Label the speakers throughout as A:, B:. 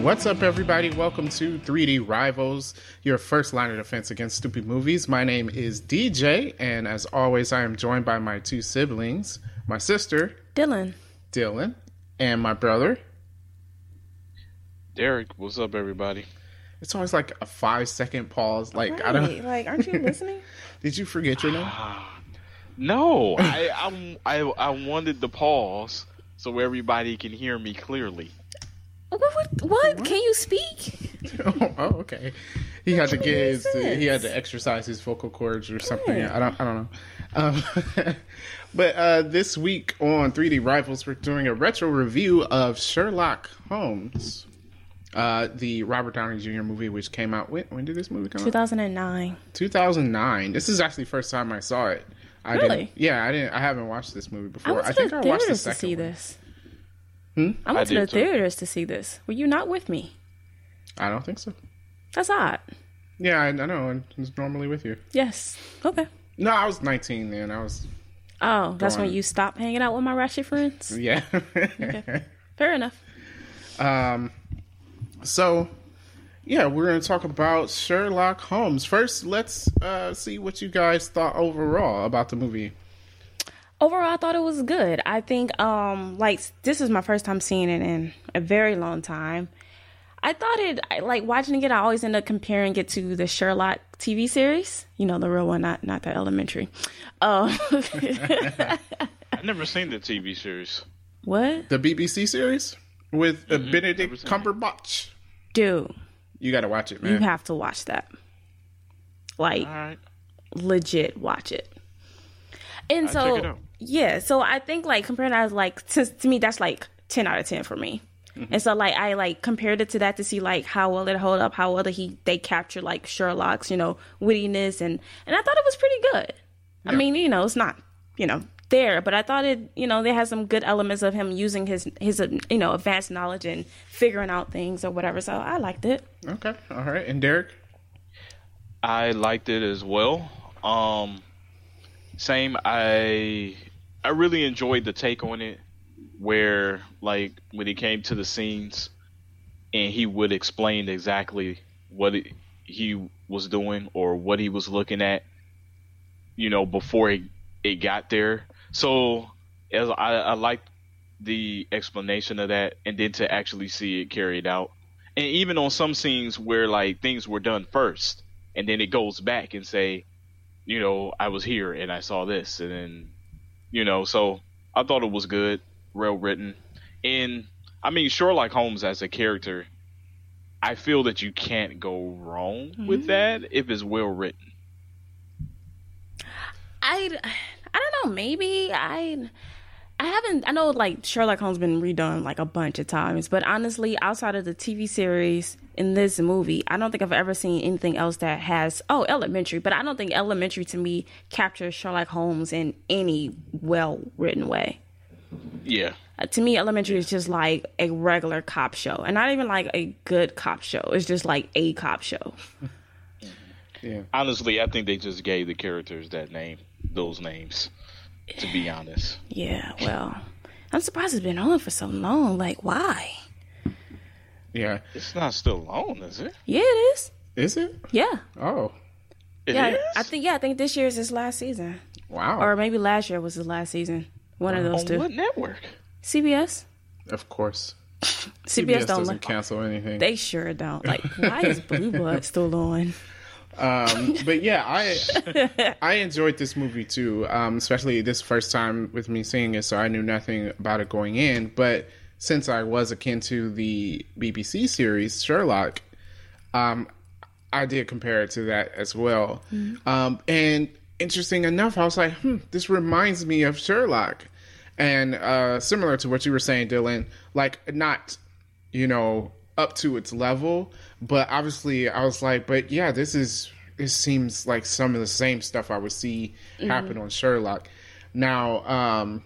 A: What's up, everybody? Welcome to 3D Rivals, your first line of defense against stupid movies. My name is DJ, and as always, I am joined by my two siblings my sister,
B: Dylan.
A: Dylan, and my brother.
C: Derek, what's up, everybody?
A: It's always like a five second pause. Like, I
B: Right,
A: don't.
B: like, aren't you listening?
A: Did you forget your name?
C: No, I, I'm- I, I wanted the pause so everybody can hear me clearly.
B: what, what, what? Can you speak?
A: oh, oh, okay. He had to get his,
B: sense.
A: he had to exercise his vocal cords or something.
B: Yeah.
A: I don't I don't know. Um, but uh, this week on 3D Rivals, we're doing a retro review of Sherlock Holmes, uh, the Robert Downey Jr. movie, which came out when, when did this movie come out?
B: 2009.
A: 2009. This is actually the first time I saw it. I didn't,
B: Really?
A: yeah, I didn't. I haven't watched this movie
B: I
A: before.
B: went
A: I,
B: to
A: think
B: the
A: I watched the
B: theaters to see
A: second one. Hmm?
B: this. I went
C: I
B: to the
C: did, too.
B: theaters to see this. Were you not with me?
A: I don't think so.
B: That's odd.
A: Yeah, I, I know. I was normally with you.
B: Yes. Okay.
A: No, I was 19 then. I was
B: Oh, that's when
A: on.
B: you stopped hanging out with my ratchet friends?
A: yeah.
B: Fair enough.
A: So, yeah, we're going to talk about Sherlock Holmes. First, let's uh, see what you guys thought overall about the movie.
B: overall i thought it was good i think um like this is my first time seeing it in a very long time i thought it I- like watching it i always end up comparing it to the sherlock tv series you know the real one not not the elementary um
C: I've never seen the TV series.
B: what
A: The BBC series with uh Benedict
C: Mm-hmm. seen it.
A: Cumberbatch.
B: dude
A: You got to watch it,
B: you
A: man.
B: have to watch that like
C: All right.
B: legit watch it and so
C: check it out.
B: yeah so i think like comparing that like since to me that's like 10 out of 10 for me and so like i like compared it to that to see like how well it hold up how well that he they capture like sherlock's you know wittiness and and i thought it was pretty good i mean you know it's not you know there but i thought it you know they had some good elements of him using his his uh, you know advanced knowledge and figuring out things or whatever so i liked it
A: Okay. All right. And Derek?
C: I liked it as well. Um, same. I I really enjoyed the take on it, where like when he came to the scenes, and he would explain exactly what it, he was doing or what he was looking at, you know, before it, it got there. So as I, I liked the explanation of that, and then to actually see it carried out, and even on some scenes where like things were done first and then it goes back and say, you know, I was here and I saw this, and then, you know, so I thought it was good, well written, and I mean Sherlock Holmes as a character, I feel that you can't go wrong with that if it's well written.
B: I, I don't know. Maybe I, I haven't. I know like Sherlock Holmes been redone like a bunch of times, but honestly, outside of the TV series in this movie, I don't think I've ever seen anything else that has. Oh, Elementary, but I don't think Elementary to me captures Sherlock Holmes in any well written way.
C: Yeah,
B: Uh, to me, Elementary is just like a regular cop show, and not even like a good cop show. It's just like a cop show.
A: Yeah.
C: honestly, I think they just gave the characters that name, those names, to be honest.
B: Yeah. Well, I'm surprised it's been on for so long. Like, why?
A: Yeah.
C: It's not still on, is it?
B: Yeah, it is.
A: Is it?
B: Yeah.
A: Oh,
C: It
B: Yeah.
C: is?
B: I think yeah, I think this year is his last season.
A: wow.
B: Or maybe last year was his last season. One of those
C: on
B: two.
C: what network?
B: CBS?
A: Of course.
B: CBS,
A: CBS
B: don't
A: doesn't
B: like
A: cancel anything.
B: they sure don't. Like, why is Blue Blood still on?
A: Um, but yeah, I I enjoyed this movie too, um, especially this first time with me seeing it. So I knew nothing about it going in, but since I was akin to the BBC series Sherlock, um, I did compare it to that as well. Um, and interesting enough, I was like, hmm, this reminds me of Sherlock, and uh, similar to what you were saying, Dylan, like not you know up to its level but obviously i was like but yeah this is it seems like some of the same stuff i would see happen on sherlock now um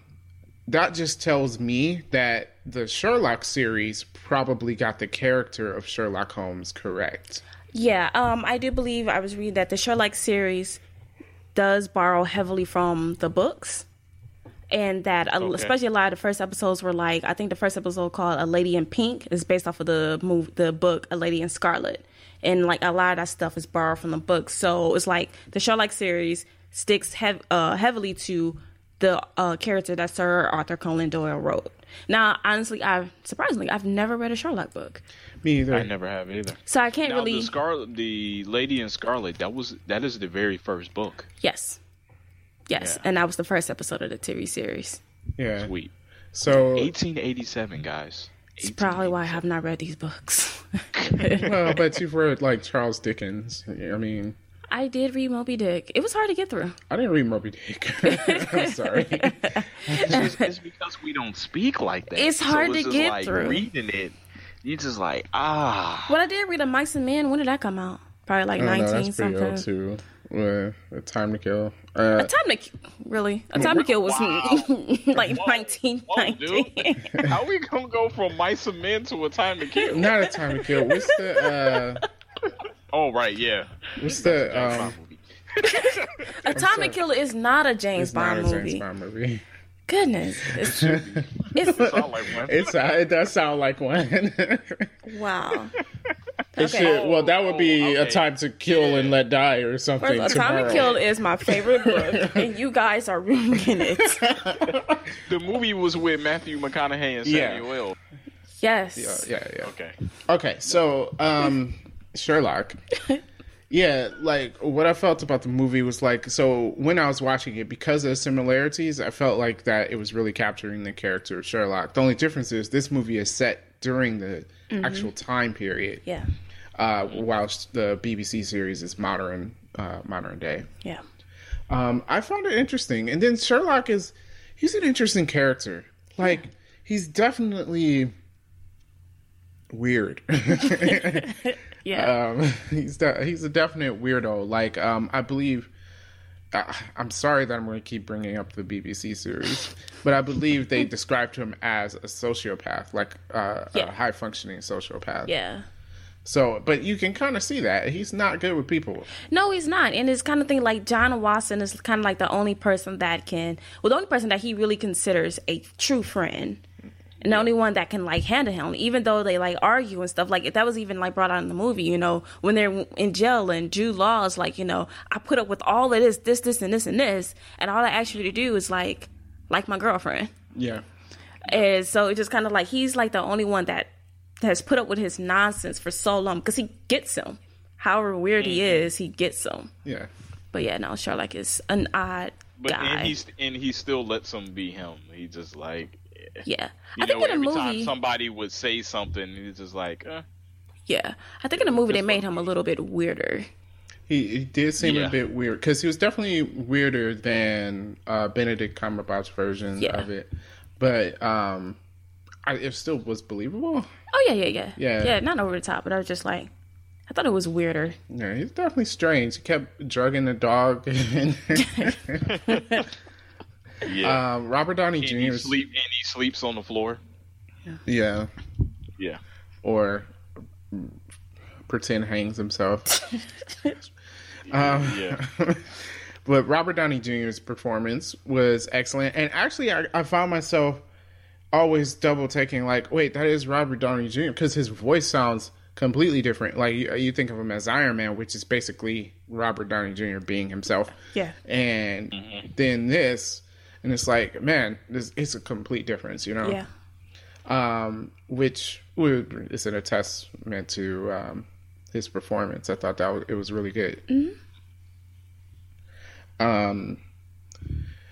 A: that just tells me that the sherlock series probably got the character of sherlock holmes correct
B: Yeah, um, I do believe I was reading that the Sherlock series does borrow heavily from the books. and that a,
C: Okay.
B: especially a lot of the first episodes were like I think the first episode called "A Lady in Pink" is based off of the move the book "A Lady in Scarlet," and like a lot of that stuff is borrowed from the book. So it's like the Sherlock series sticks hev- uh, heavily to the uh, character that Sir Arthur Conan Doyle wrote. Now, honestly, I surprisingly I've never read a Sherlock book,
A: Me either.
C: I never have either.
B: so I can't
C: Now
B: really.
C: the Scarlet, the Lady in Scarlet, that was that is the very first book.
B: yes, yes,
C: Yeah.
B: and that was the first episode of the TV series.
A: Yeah.
C: Sweet.
A: So
C: 1887, guys.
B: It's probably why I have not read these books.
A: well, but you've read like Charles Dickens. I mean,
B: I did read Moby Dick. It was hard to get through.
A: I didn't read Moby Dick. I'm sorry.
C: It's, just- it's because we don't speak like that.
B: It's hard to
C: just
B: get
C: like
B: through.
C: Reading it, you just like ah.
B: Well, I did read A Mice and Men. When did that come out? Probably like
A: I don't know, Oh,
B: nineteen
A: that's pretty
B: something.
A: old too. Uh, Time to Kill. Uh,
B: A Time to Ki- really? A Time to Kill was like nineteen
C: Whoa,
B: ninety.
C: dude. How we gonna go from mice and men to a time to kill?
A: not a Time to Kill. What's the uh,
C: Oh right, yeah.
A: what's the um,
C: Bond movie.
B: A Time to Kill is not a James
A: um, it's not
B: Bond
A: a
B: movie.
A: James Bond movie.
B: Goodness, it's, it's oh,
C: Sound like one.
A: It's uh, it does sound like one.
B: wow.
A: It should- well, that would be a
C: Oh, okay.
A: time to kill and let die or
B: First,
A: something.
B: A Time
A: tomorrow.
B: to Kill is my favorite book, and you guys are ruining it.
C: the movie was with Matthew McConaughey and
A: Yeah.
C: Samuel. L.
B: Yes.
A: Yeah, Uh, yeah, yeah.
C: Okay.
A: Okay, so um Sherlock. Yeah, like what I felt about the movie was like so when I was watching it because of the similarities, I felt like that it was really capturing the character of Sherlock. The only difference is this movie is set during the actual time period,
B: Yeah.
A: uh, whilst the BBC series is modern, uh, modern day.
B: Yeah.
A: Um, I found it interesting, and then Sherlock is he's an interesting character. Like he's definitely weird.
B: Yeah.
A: um, he's de- he's a definite weirdo. Like um, I believe. I I'm sorry that I'm going to keep bringing up the BBC series, but I believe they described him as a sociopath, like uh, a
B: Yeah.
A: high functioning sociopath.
B: yeah.
A: So, but you can kind of see that he's not good with people.
B: No, he's not. And it's kind of thing like John Watson is kind of like the only person that can, well, the only person that he really considers a true friend. And the only one that can like handle him, even though they like argue and stuff. Like that was even like brought out in the movie, you know, when they're in jail and Jude Law is like, you know, I put up with all of this, this, this, and this, and this, and all I ask you to do is like, like my girlfriend.
A: Yeah.
B: And so it just kind of like he's like the only one that has put up with his nonsense for so long because he gets him. However weird he
C: Mm-hmm.
B: is, he gets him.
A: Yeah.
B: But yeah, no, Sherlock is an odd
C: But
B: guy.
C: and he's and he still lets him be him. He just like
B: yeah,
C: you
B: I think
C: know
B: in a
C: every
B: movie,
C: time somebody would say something, he's just like eh.
B: yeah, I think in a movie they made him a little bit weirder.
A: He, he did seem
C: Yeah.
A: a bit weird because he was definitely weirder than uh, Benedict Cumberbatch's version
B: Yeah.
A: of it, but um, I, it still was believable.
B: Oh yeah, yeah, yeah,
A: Yeah.
B: yeah. Not over the top, but I was just like, I thought it was weirder.
A: Yeah, he's definitely strange. He kept drugging the dog. And,
C: yeah.
A: um, Robert Downey
C: and he
A: Jr. 's-
C: sleep and he sleeps on the floor.
A: yeah,
C: Yeah.
A: or pretend hangs himself.
C: Yeah.
A: But Robert Downey Jr.'s performance was excellent, and actually, I, I found myself always double taking, like, wait, that is Robert Downey Jr. because his voice sounds completely different. Like you, you think of him as Iron Man, which is basically Robert Downey Jr. being himself.
B: Yeah.
A: And then this, and it's like, man, this it's a complete difference, you know?
B: Yeah,
A: um, which would- is a testament to um, his performance. I thought that was, it was really good.
B: Mm-hmm.
A: Um,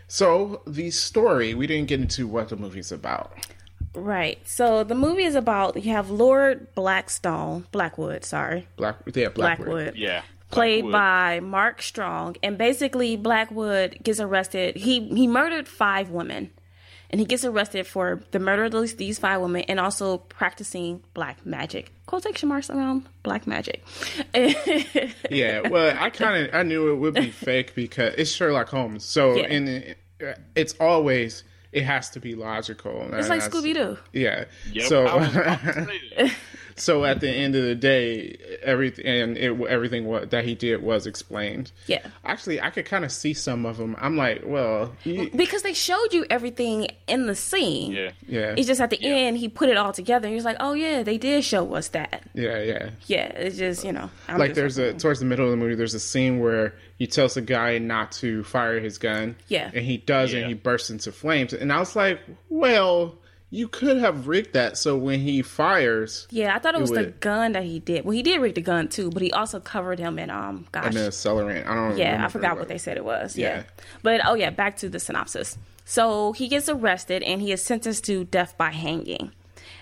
A: so the story we didn't get into what the movie's about.
B: right. So the movie is about you have Lord Blackstone, Blackwood, sorry,
A: Black, yeah, Blackwood.
B: Blackwood.
C: Yeah.
B: played
C: Blackwood.
B: by Mark Strong, and basically Blackwood gets arrested. He he murdered five women, and he gets arrested for the murder of these, these five women and also practicing black magic. Quotation marks around black magic.
A: Yeah, well, I kind of I knew it would be fake because it's Sherlock Holmes. So
B: Yeah.
A: and it, it's always it has to be logical.
B: It's like Scooby Doo.
A: Yeah.
C: Yep,
A: So
C: I was about to say that.
A: so at the end of the day every and it, everything wa- that he did was explained.
B: Yeah.
A: Actually, I could kind of see some of them. I'm like, well, you-
B: Because they showed you everything in the scene.
C: Yeah.
A: yeah,
B: It's just at the
C: Yeah.
B: end he put it all together and he was like, Oh yeah, they did show us that.
A: yeah, yeah.
B: Yeah, it's just, you know, I'm
A: Like
B: just
A: there's a towards the middle of the movie, there's a scene where he tells a guy not to fire his gun.
B: Yeah.
A: and he does,
C: Yeah.
A: and he bursts into flames. And I was like, well, you could have rigged that so when he fires,
B: Yeah, I thought it was the
A: would.
B: gun that he did. Well, he did rig the gun too, but he also covered him in um
A: an
B: gosh.
A: accelerant. I don't.
B: yeah, I
A: remember
B: forgot what they said it was. Yeah.
A: Yeah.
B: But oh yeah, back to the synopsis. So he gets arrested and he is sentenced to death by hanging.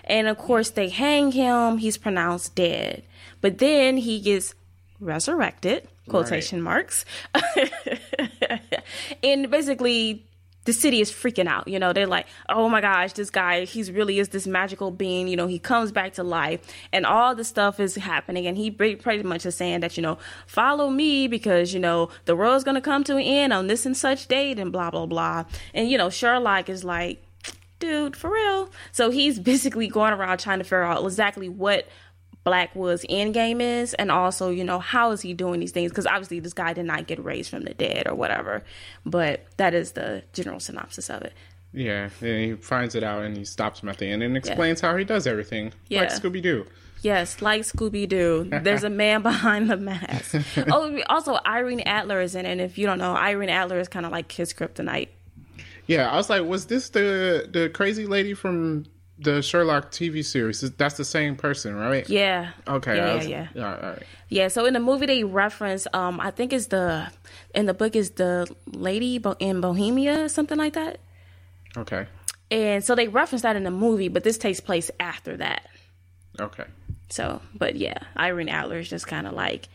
B: And of course they hang him, he's pronounced dead. But then he gets resurrected, quotation marks. and basically the city is freaking out. You know, they're like, oh my gosh, this guy, he's really is this magical being. You know, he comes back to life and all this stuff is happening. And he pre- pretty much is saying that, you know, follow me because, you know, the world's going to come to an end on this and such date and blah, blah, blah. And, you know, Sherlock is like, dude, for real. So he's basically going around trying to figure out exactly what Blackwood's end game is, and also, you know, how is he doing these things? Because obviously, this guy did not get raised from the dead or whatever. But that is the general synopsis of it.
A: Yeah, and he finds it out and he stops him at the end and explains how he does everything.
B: Yeah.
A: Like Scooby Doo.
B: Yes, like Scooby Doo, there's a man behind the mask. oh, also Irene Adler is in it. And if you don't know, Irene Adler is kind of like his kryptonite.
A: Yeah, I was like, was this the the crazy lady from the Sherlock TV series? That's the same person, right?
B: Yeah.
A: Okay.
B: Yeah,
A: I
B: yeah,
A: was-
B: yeah.
A: All right, all right.
B: Yeah, so in the movie they reference, um, I think it's the, in the book is the lady Bo- in Bohemia, something like that.
A: Okay.
B: And so they reference that in the movie, but this takes place after that.
A: Okay.
B: So, but yeah, Irene Adler is just kind of like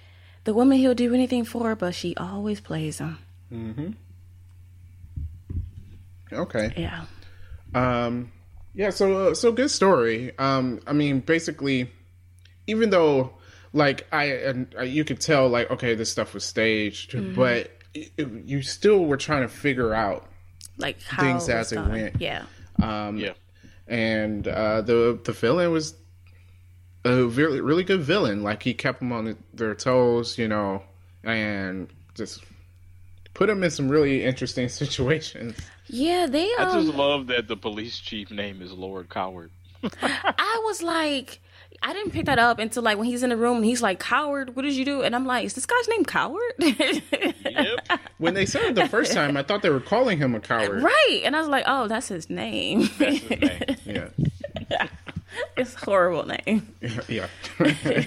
B: the woman he'll do anything for, but she always plays him.
A: Okay.
B: Yeah.
A: Um, yeah. So uh, so good story. Um, I mean, basically, even though like I and I, you could tell like okay, this stuff was staged,
B: Mm-hmm.
A: but it, it, you still were trying to figure out
B: Like how
A: Things as
B: was
A: it
B: done.
A: went.
B: Yeah.
A: Um,
C: Yeah.
A: and uh, the the villain was a really really good villain. Like he kept them on their toes, you know, and just put them in some really interesting situations.
B: Yeah, they
C: I
B: um,
C: just love that the police chief name is Lord Coward.
B: I was like I didn't pick that up until like when he's in the room and he's like, Coward, what did you do? And I'm like, is this guy's name Coward?
C: Yep.
A: When they said it the first time, I thought they were calling him a coward.
B: Right. And I was like, oh, that's his name.
C: That's his name.
A: Yeah,
B: it's a horrible name.
A: yeah,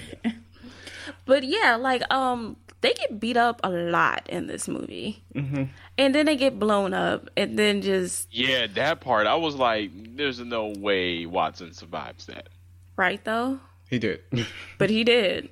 B: But yeah, like um they get beat up a lot in this movie.
A: Mm-hmm.
B: And then they get blown up and then just
C: Yeah, that part. I was like, there's no way Watson survives that.
B: right though.
A: he did.
B: But he did.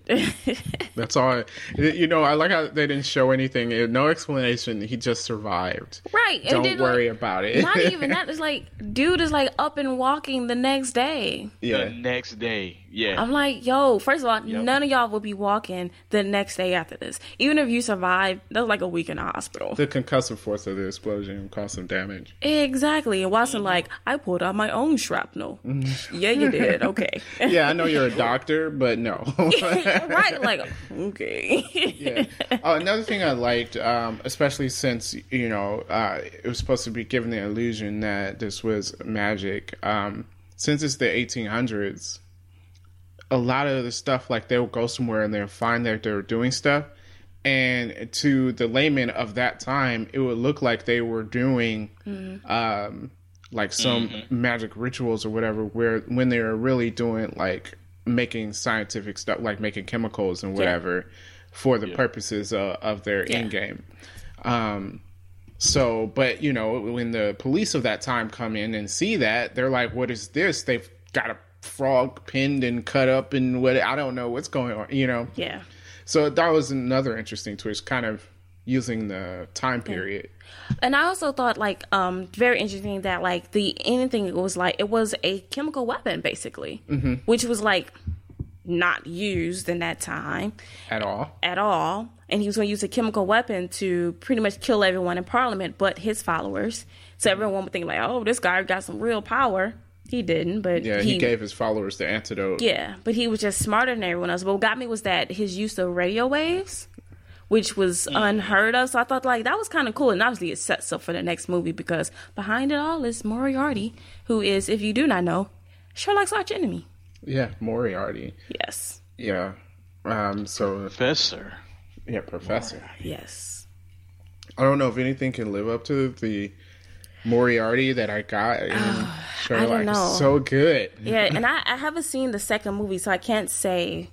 A: That's all. I, you know, I like how they didn't show anything. No explanation. He just survived.
B: right. and
A: Don't
B: then,
A: worry
B: like,
A: about it.
B: not even that. It's like dude is like up and walking the next day.
C: The
A: yeah.
C: next day. Yeah.
B: I'm like, yo, first of all,
C: Yep.
B: none of y'all will be walking the next day after this. Even if you survive, that's like a week in the hospital.
A: The concussive force of the explosion caused some damage.
B: Exactly. And Watson,
A: Mm-hmm.
B: like, I pulled out my own shrapnel. yeah, you did. Okay.
A: Yeah, I know you're a doctor, but no.
B: right. Like, okay.
A: yeah. Oh, another thing I liked, um, especially since you know uh, it was supposed to be given the illusion that this was magic. Um, since it's the 1800s, a lot of the stuff like they'll go somewhere and they'll find that they're doing stuff, and to the layman of that time, it would look like they were doing. Um, like some magic rituals or whatever, where when they were really doing like making scientific stuff, like making chemicals and whatever, for the purposes of, of their
B: Yeah.
A: end game. Um, so, but you know, when the police of that time come in and see that, they're like, "What is this? They've got a frog pinned and cut up and what? I don't know what's going on." You know,
B: yeah.
A: so that was another interesting twist, kind of using the time period.
B: And I also thought, like, um, very interesting that, like, the anything it was like, it was a chemical weapon, basically,
A: Mm-hmm.
B: which was, like, not used in that time.
A: At all,
B: at all, and he was going to use a chemical weapon to pretty much kill everyone in Parliament but his followers. So everyone would think like, "Oh, this guy got some real power." He didn't, but
A: Yeah, he, gave his followers the antidote.
B: Yeah, but he was just smarter than everyone else. But what got me was that his use of radio waves, which was unheard of. So I thought like that was kind of cool, and obviously it sets up for the next movie because behind it all is Moriarty, who is, if you do not know, Sherlock's arch enemy.
A: Yeah, Moriarty.
B: Yes,
A: Yeah. Um, so
C: Professor.
A: yeah, Professor.
B: yes.
A: I don't know if anything can live up to the Moriarty that I got in Sherlock.
B: Ah, don't know.
A: It's so good.
B: Yeah, and I, I haven't seen the second movie, so I can't say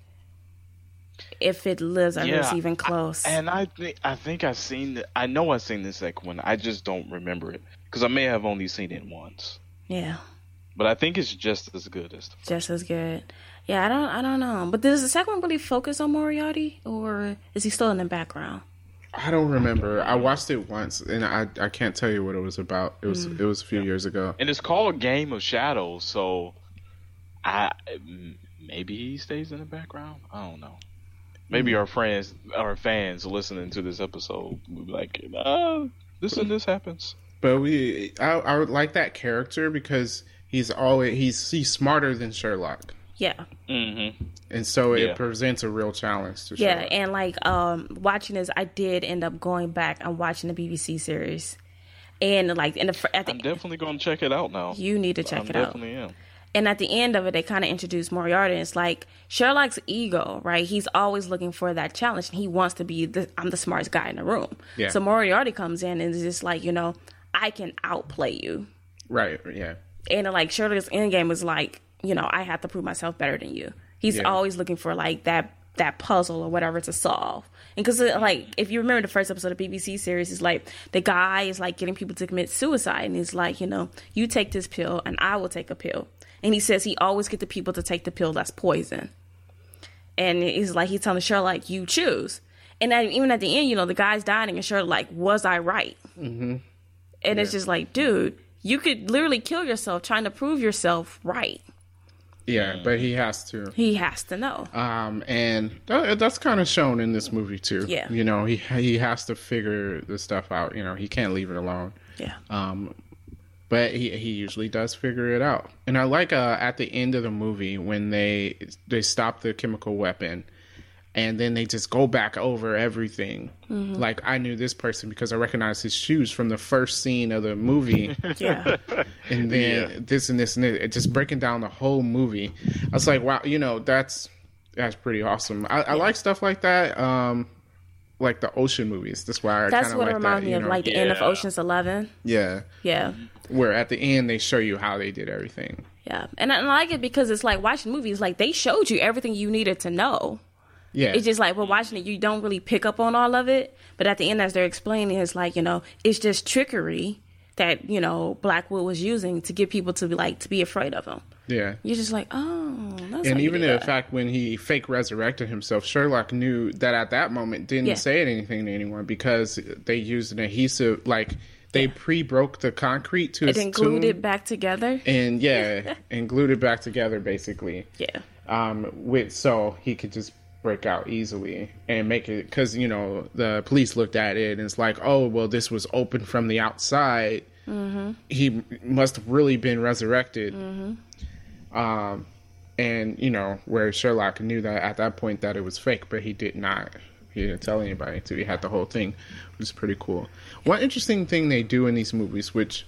B: if it lives or is
C: Yeah,
B: even close.
C: And I think I think I've seen. The, I know I've seen the second one. I just don't remember it because I may have only seen it once.
B: yeah,
C: But I think it's just as good as the.
B: just as good. Yeah, I don't, I don't know. But does the second one really focus on Moriarty, or is he still in the background?
A: I don't remember. I watched it once, and I, I can't tell you what it was about. It
B: Mm.
A: was it was a few years ago.
C: And it's called Game of Shadows, so I m- maybe he stays in the background. I don't know. Maybe our friends, our fans listening to this episode, will be like, uh, this and this happens.
A: But we I, I would like that character because he's always he's he's smarter than Sherlock,
B: Yeah,
C: Mm-hmm.
A: and so it
C: Yeah.
A: presents a real challenge to
B: yeah.
A: Sherlock.
B: And like um, watching this, I did end up going back and watching the BBC series, and like in the fir- at
C: I'm
B: the,
C: definitely gonna check it out now.
B: you need to check
C: I'm
B: it out.
C: definitely am.
B: and at the end of it, they kind of introduce Moriarty. And it's like Sherlock's ego, right? He's always looking for that challenge, and he wants to be the I'm the smartest guy in the room.
A: Yeah.
B: So Moriarty comes in and is just like, you know, I can outplay you.
A: Right? Yeah.
B: And like Sherlock's endgame is like, you know, I have to prove myself better than you. He's
A: Yeah.
B: always looking for like that that puzzle or whatever to solve. And because like if you remember the first episode of BBC series, it's like the guy is like getting people to commit suicide, and he's like, you know, you take this pill and I will take a pill. And he says he always get the people to take the pill that's poison. And he's like, he's telling Sherlock, you choose. And then even at the end, you know, the guy's dying, and Sherlock like, was I right? And it's just like, dude, you could literally kill yourself trying to prove yourself right.
A: Yeah, but he has to.
B: He has to know.
A: Um, and that, that's kind of shown in this movie too.
B: Yeah.
A: you know he he has to figure the stuff out. You know he can't leave it alone.
B: yeah.
A: Um, but he he usually does figure it out. And I like uh, at the end of the movie when they they stop the chemical weapon, and then they just go back over everything.
B: Mm-hmm.
A: Like I knew this person because I recognized his shoes from the first scene of the movie,
B: yeah.
A: and then this and this and this, It just breaking down the whole movie. I was like, wow, you know that's that's pretty awesome. I, I like stuff like that. Um, like the ocean movies. That's why I
B: That's
A: kinda
B: what
A: like
B: reminded
A: that,
B: me
A: you
B: of
A: know?
B: like the end of
C: Yeah.
B: Ocean's Eleven.
A: yeah.
B: Yeah.
A: where at the end they show you how they did everything.
B: Yeah. And I, and I like it because it's like watching movies, like they showed you everything you needed to know.
A: Yeah,
B: It's just like, well, watching it, you don't really pick up on all of it. But at the end, as they're explaining, it's like, you know, it's just trickery that, you know, Blackwood was using to get people to be like, to be afraid of him.
A: yeah.
B: You're just like, oh, that's how
A: And
B: you
A: even
B: do
A: in
B: that.
A: fact, when he fake resurrected himself, Sherlock knew that at that moment didn't
B: Yeah.
A: say anything to anyone because they used an adhesive, like they pre broke the concrete to
B: it
A: his
B: then glued
A: tomb
B: it back together.
A: and yeah, and glued it back together basically.
B: Yeah.
A: um, with so he could just break out easily and make it because you know the police looked at it and it's like, oh well, this was open from the outside. He must have really been resurrected. Um, and you know where Sherlock knew that at that point that it was fake, but he did not. He didn't tell anybody until he had the whole thing, which is pretty cool. One interesting thing they do in these movies, which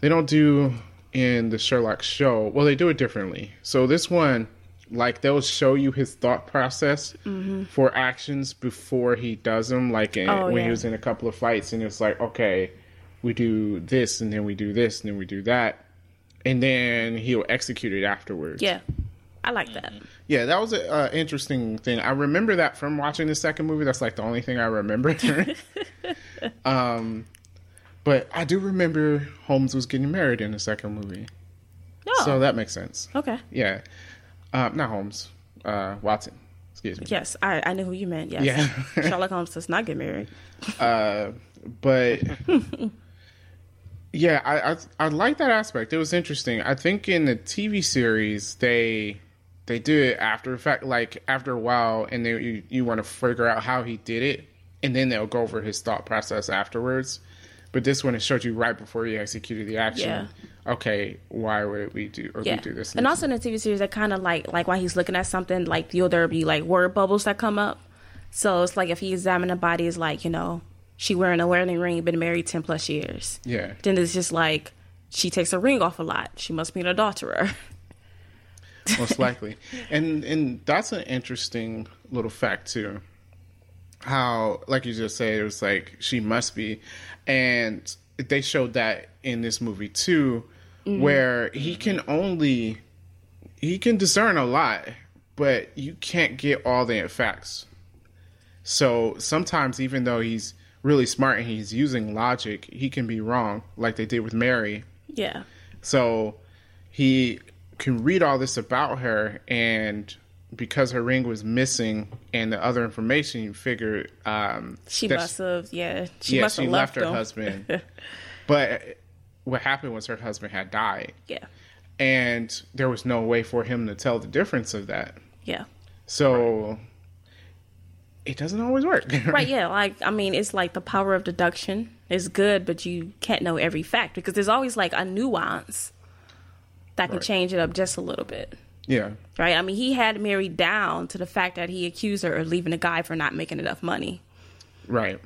A: they don't do in the Sherlock show. Well, they do it differently. So this one, like they'll show you his thought process for actions before he does them. Like in,
B: Mm-hmm. Oh,
A: when
B: yeah.
A: he was in a couple of fights, and it's like, okay, we do this, and then we do this, and then we do that, and then he'll execute it afterwards.
B: Yeah. I like that.
A: Yeah, that was an uh, interesting thing. I remember that from watching the second movie. That's like the only thing I remember. um, but I do remember Holmes was getting married in the second movie,
B: No.
A: so that makes sense.
B: okay.
A: Yeah, uh, not Holmes, uh, Watson. Excuse me.
B: Yes, I, I knew who you meant. Yes.
A: Yeah.
B: Sherlock Holmes does not get married.
A: but yeah, I, I I like that aspect. It was interesting. I think in the TV series they they do it after the fact, like after a while, and then you you want to figure out how he did it, and then they'll go over his thought process afterwards. But this one it showed you right before he executed the action.
B: Yeah.
A: okay, why would we do or
B: yeah.
A: we do this?
B: and also in the TV series, they kind of like like while he's looking at something, like you'll there be like word bubbles that come up. So it's like if he examines a body, it's like you know she wearing a wedding ring, been married ten plus years.
A: yeah,
B: Then it's just like she takes a ring off a lot. She must be an adulterer.
A: most likely. And and that's an interesting little fact too. How, like you just said, it was like she must be, and they showed that in this movie too, where he can only he can discern a lot, but you can't get all the facts. So sometimes, even though he's really smart and he's using logic, he can be wrong, like they did with Mary.
B: yeah.
A: So he can read all this about her, and because her ring was missing and the other information, you figure um,
B: She
A: that
B: must have, yeah. She
A: yeah,
B: must
A: she
B: have
A: left,
B: left,
A: her
B: him.
A: husband. but what happened was her husband had died,
B: Yeah,
A: and there was no way for him to tell the difference of that.
B: yeah,
A: So it doesn't always work.
B: right. Yeah, like I mean, it's like the power of deduction is good, but you can't know every fact because there's always like a nuance that can
A: Right.
B: change it up just a little bit,
A: yeah.
B: right? I mean, he had Mary down to the fact that he accused her of leaving a guy for not making enough money.
A: Right.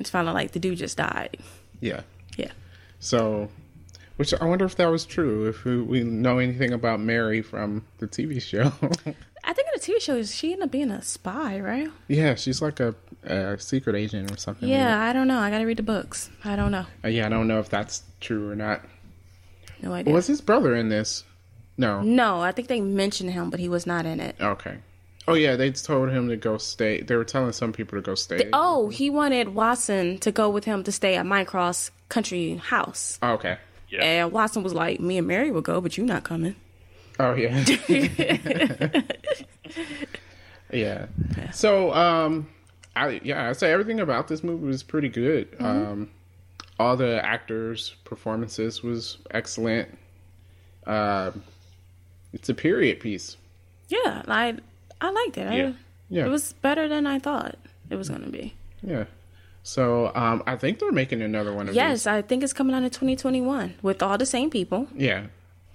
B: It's finally like the dude just died.
A: Yeah.
B: Yeah,
A: So, which I wonder if that was true. If we, we know anything about Mary from the TV show,
B: I think in the TV show she ended up being a spy, right?
A: yeah, she's like a, a secret agent or something.
B: Yeah, I don't know. I gotta read the books. I don't know.
A: Uh, yeah. I don't know if that's true or not.
B: No idea.
A: Was his brother in this? No.
B: no, I think they mentioned him, but he was not in it.
A: Okay. Oh yeah, they told him to go stay. They were telling some people to go stay.
B: Oh, he wanted Watson to go with him to stay at Minecross Country House.
A: Oh, okay.
C: Yeah.
B: And Watson was like, Me and Mary will go, but you're not coming.
A: Oh yeah. yeah. So um I yeah, I'd say everything about this movie was pretty good. Um all the actors' performances was excellent. Um it's a period piece.
B: Yeah, I I liked it. I-
C: Yeah.
A: Yeah.
B: It was better than I thought it was gonna be.
A: Yeah. So um I think they're making another one of
B: Yes, I think it's coming out in 2021 with all the same people.
A: these. Yeah.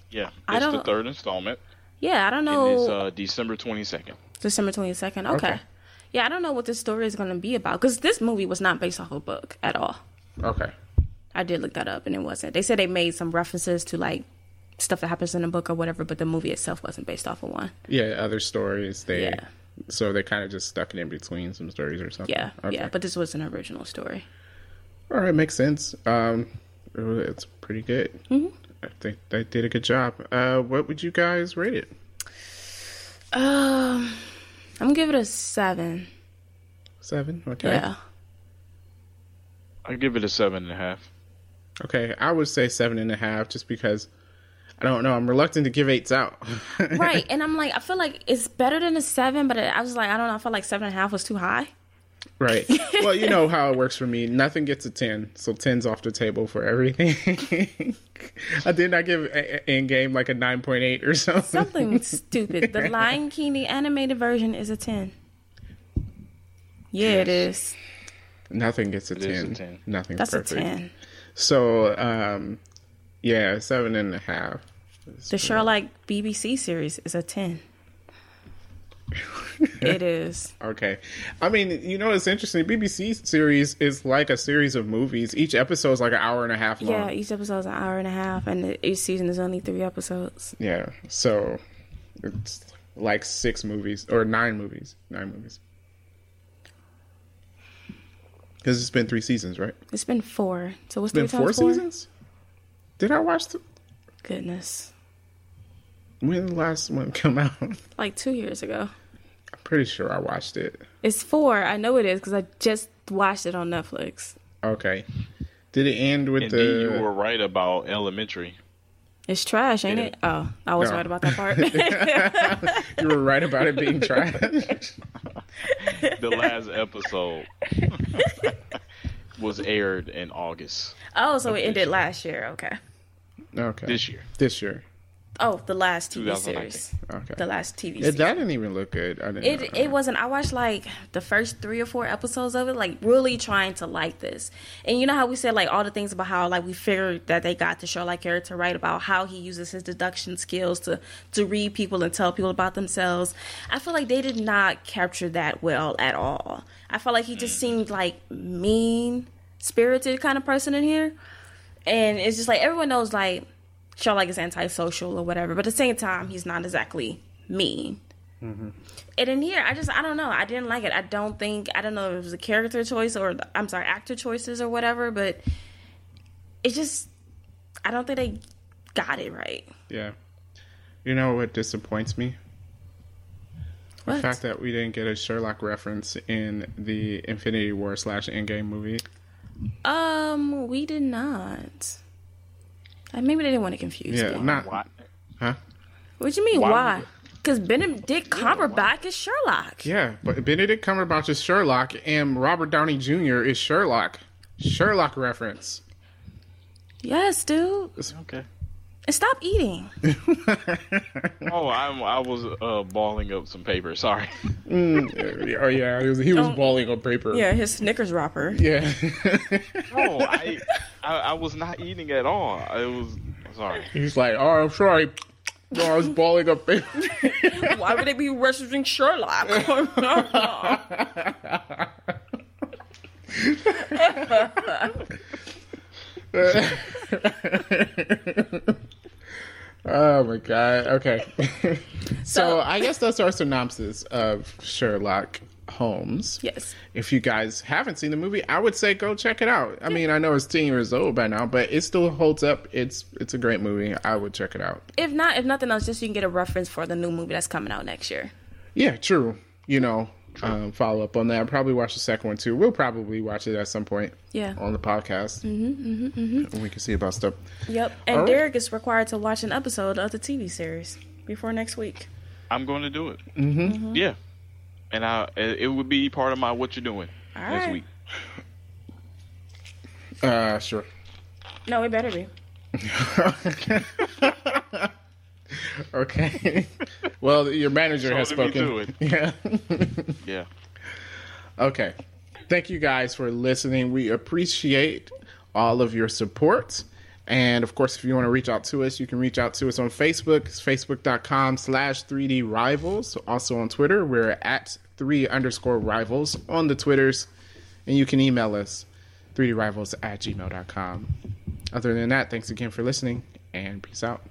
C: Yeah. It's
B: I
C: the
B: don't-
C: third installment.
B: Yeah, I don't
C: It is
B: know.
C: uh, December 22nd.
B: December 22nd. Okay.
A: Okay.
B: Yeah, I don't know what this story is gonna be about because this movie was not based off a book at all.
A: Okay.
B: I did look that up and it wasn't. They said they made some references to like stuff that happens in the book or whatever, but the movie itself wasn't based off of one.
A: Yeah, other stories they
B: Yeah.
A: so they kind of just stuck it in between some stories or something.
B: Yeah,
A: Okay.
B: yeah, but this was an original story.
A: All right, makes sense. Um, it's pretty good. Mm-hmm. I think they did a good job. Uh, what would you guys rate it?
B: Um, I'm gonna give it a seven.
A: Seven. Okay.
B: Yeah,
C: I give it a seven and a half.
A: Okay, I would say seven and a half, just because I don't know. I'm reluctant to give eights out.
B: right. And I'm like, I feel like it's better than a seven, but I was like, I don't know. I felt like seven and a half was too high.
A: right. Well, you know how it works for me. Nothing gets a ten, so tens off the table for everything. I did not give in game like a nine point eight or something.
B: Something stupid. The Lion King, the animated version, is a ten. Yeah, it is.
A: Nothing gets a,
C: is
A: 10.
C: a 10.
A: Nothing's
B: That's
A: perfect.
B: a ten.
A: So, um, yeah, seven and a half.
B: The Sherlock BBC series is a ten. it is.
A: Okay. I mean, you know, it's interesting. BBC series is like a series of movies. Each episode is like an hour and a half long.
B: Yeah, each episode's an hour and a half, and each season is only three episodes.
A: Yeah. So it's like six movies or nine movies. Nine movies. Because it's been three seasons, right?
B: It's been four. So what's
A: It's been
B: three
A: four
B: times four?
A: seasons? Did I watch the,
B: Goodness,
A: when the last one come out? I'm
B: like two years ago.
A: pretty sure I watched it.
B: It's four. I know it is because I just watched it on Netflix.
A: Okay. Did it end with
C: Indeed,
A: the.
C: you were right about elementary.
B: It's trash, ain't it? Oh, I was
A: No.
B: right about that part.
A: you were right about it being trash.
C: The last episode was aired in August
B: oh, so it ended last year. Okay.
A: okay.
C: this year.
A: This year.
B: Oh, the last TV
C: 2019.
B: series.
A: Okay.
B: The last TV
A: Yeah,
B: series.
A: that didn't even look good. I didn't.
B: it it wasn't i watched like the first three or four episodes of it like really trying to like this and you know how we said like all the things about how like we figured that they got the sherlock character right about how he uses his deduction skills to to read people and tell people about themselves i feel like they did not capture that well at all i felt like he just seemed like mean spirited kind of person in here and it's just like everyone knows like sherlock is antisocial or whatever but at the same time he's not exactly mean and in here, I just I don't know. I didn't like it. I don't think I don't know if it was a character choice or the, I'm sorry, actor choices or whatever. But it just I don't think they got it right.
A: Yeah. You know what disappoints me? The
B: What?
A: fact that we didn't get a Sherlock reference in the Infinity War slash Endgame movie.
B: Um, we did not. Uh, Maybe they didn't want to confuse.
A: Yeah,
B: me.
A: not
C: Why?
A: huh?
B: What do you mean?
C: Why would
B: Why? Because Benedict Cumberbatch is Sherlock.
A: Yeah, but Benedict Cumberbatch is Sherlock and Robert Downey Jr. is Sherlock. Sherlock reference.
B: Yes, dude.
C: Okay.
B: And stop eating.
C: Oh, I'm, I was uh, balling up some paper. Sorry.
A: oh yeah, he was, he was balling on paper.
B: Yeah, his Snickers wrapper.
A: Yeah.
C: No, Oh, I, I I was not eating at all. I was sorry.
A: He's like, oh, I'm sorry. No, I was balling up paper.
B: Why would they be referencing Sherlock?
A: oh my god. Okay. so I guess that's our synopsis of Sherlock Holmes.
B: yes.
A: If you guys haven't seen the movie, I would say go check it out. I mean, I know it's ten years old by now, but it still holds up. It's it's a great movie. I would check it out.
B: If not, if nothing else, just so you can get a reference for the new movie that's coming out next year.
A: Yeah, true. You know, um, follow up on that. Probably watch the second one too. We'll probably watch it at some point.
B: Yeah.
A: On the podcast, mm-hmm, we can see about stuff.
B: Yep. And
A: All right.
B: Derek is required to watch an episode of the TV series before next week.
C: I'm going to do it. Mm-hmm. Yeah, and I it it would be part of my what you're doing
B: All
C: next
B: right.
C: week.
A: Uh, sure.
B: No, it better be.
A: okay. well, your manager
C: So
A: has
C: let me
A: spoken.
C: do it.
A: Yeah.
C: Yeah.
A: okay. Thank you guys for listening. We appreciate all of your support. And of course, if you want to reach out to us, you can reach out to us on Facebook. It's facebook.com slash 3D Rivals. Also on Twitter, we're at 3 underscore rivals on the Twitters. And you can email us 3drivals at gmail.com. Other than that, thanks again for listening and peace out.